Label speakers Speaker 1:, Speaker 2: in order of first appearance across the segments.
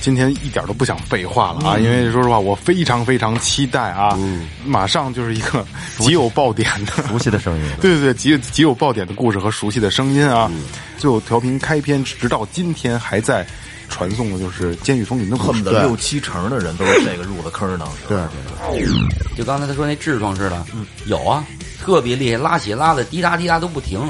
Speaker 1: 今天一点都不想废话了啊，因为说实话，我非常非常期待啊，马上就是一个极有爆点的
Speaker 2: 嗯
Speaker 3: 熟悉的声音了
Speaker 1: 对对对，极极有爆点的故事和熟悉的声音啊。最后调频开篇，直到今天还在传送的就是《监狱风云》的故
Speaker 2: 恨
Speaker 1: 事
Speaker 2: 不得六七成的人都是这个入的坑儿当时。对
Speaker 4: 就刚才他说那痔疮似的，
Speaker 1: 嗯
Speaker 4: 有啊，特别厉害，拉血拉的滴答滴答都不停，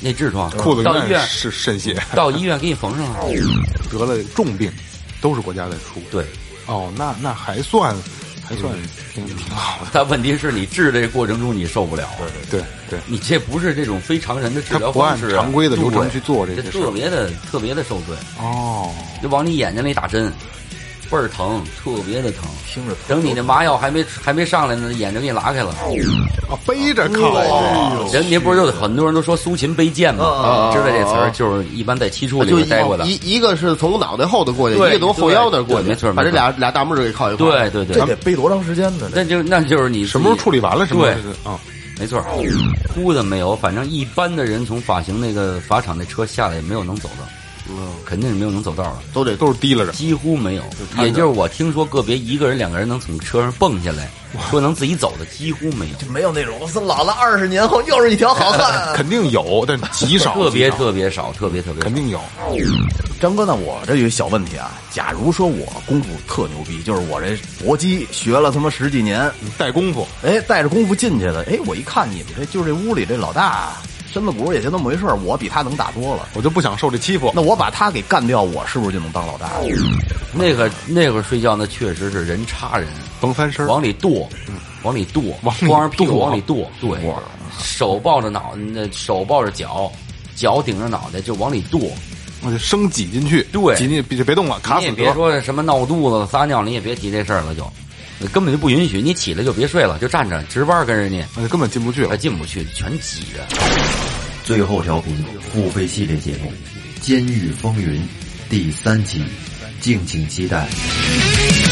Speaker 4: 那痔疮
Speaker 1: 裤子永
Speaker 4: 到医
Speaker 1: 远
Speaker 4: 院
Speaker 1: 是渗血，
Speaker 4: 到医院给你缝上啊了。
Speaker 1: 哦得了重病，都是国家在出。
Speaker 4: 对，
Speaker 1: 哦，那那还算还算挺挺好的，
Speaker 4: 但问题是你治的这过程中你受不了啊，
Speaker 1: 对对。
Speaker 4: 你这不是这种非常人的治疗
Speaker 1: 他不按
Speaker 4: 方式啊，
Speaker 1: 常规的流程去做
Speaker 4: 对
Speaker 1: 这
Speaker 4: 这
Speaker 1: 些事儿
Speaker 4: 特别的特别的受罪，
Speaker 1: 哦，
Speaker 4: 就往你眼睛里打针，倍儿疼，特别的疼。
Speaker 2: 听着疼
Speaker 4: 等你那麻药还没还没上来呢，眼睛给你拉开了。
Speaker 1: 啊，背着靠，
Speaker 5: 哦
Speaker 4: 人您不是有很多人都说苏秦背剑吗？知道这词儿就是一般在七处里
Speaker 5: 就
Speaker 4: 边待过的。
Speaker 5: 一一个是从脑袋后头过去，一
Speaker 4: 对
Speaker 5: 个从后腰那儿过去，
Speaker 4: 对没错
Speaker 5: 把
Speaker 4: 没
Speaker 5: 这
Speaker 4: 错
Speaker 5: 俩俩大拇指给靠一块儿。
Speaker 4: 对对对
Speaker 2: 这，得背多长时间呢？这
Speaker 4: 那就那就是你
Speaker 1: 什么时候处
Speaker 4: 理？
Speaker 1: 理完了？什么时候
Speaker 4: 对
Speaker 1: 是啊？
Speaker 4: 没错，哭的没有，反正一般的人从发型那个发厂那车下来也没有能走的，
Speaker 5: 嗯
Speaker 4: 肯定是没有能走道的，
Speaker 5: 都得
Speaker 1: 都是提拉着，
Speaker 4: 几乎没有。也就是我听说个别一个人、两个人能从车上蹦下来，说能自己走的几乎没有，
Speaker 2: 就没有那种我操老了二十年后又是一条好 汉。
Speaker 1: 肯定有，但极少，
Speaker 4: 特别
Speaker 1: 极少
Speaker 4: 特别少，特别特别少
Speaker 1: 肯定有。
Speaker 2: 张哥，那我这有一小问题啊，假如说我功夫特牛逼，就是我这搏击学了他妈十几年，
Speaker 1: 带功夫，
Speaker 2: 哎，带着功夫进去的，哎，我一看你们这就是这屋里这老大身子骨也就那么回事儿，我比他能打多了。
Speaker 1: 我就不想受这欺负。
Speaker 2: 那我把他给干掉，我是不是就能当老大了？
Speaker 4: 那个那会儿睡觉那确实是人插人，
Speaker 1: 甭翻身儿，
Speaker 4: 往里跺，往里跺，
Speaker 1: 往里
Speaker 4: 光着屁股
Speaker 1: 跺
Speaker 4: 往里跺，对，手抱着脑，那手抱着脚，脚顶着脑袋就往里跺。
Speaker 1: 我就生挤进去，
Speaker 4: 对
Speaker 1: 挤进去就别动了，卡
Speaker 4: 你
Speaker 1: 死
Speaker 4: 也
Speaker 1: 得
Speaker 4: 别。说什么闹肚子、撒尿，你也别提这事儿了就，根本就不允许你起来就别睡了，就站着值班跟人家，
Speaker 1: 那就根本进不去
Speaker 4: 他
Speaker 1: 了。
Speaker 4: 进不去，全挤着。
Speaker 3: 最后调频付费系列节目《监狱风云》第三期，敬请期待。
Speaker 6: 「君の声が聞こえる」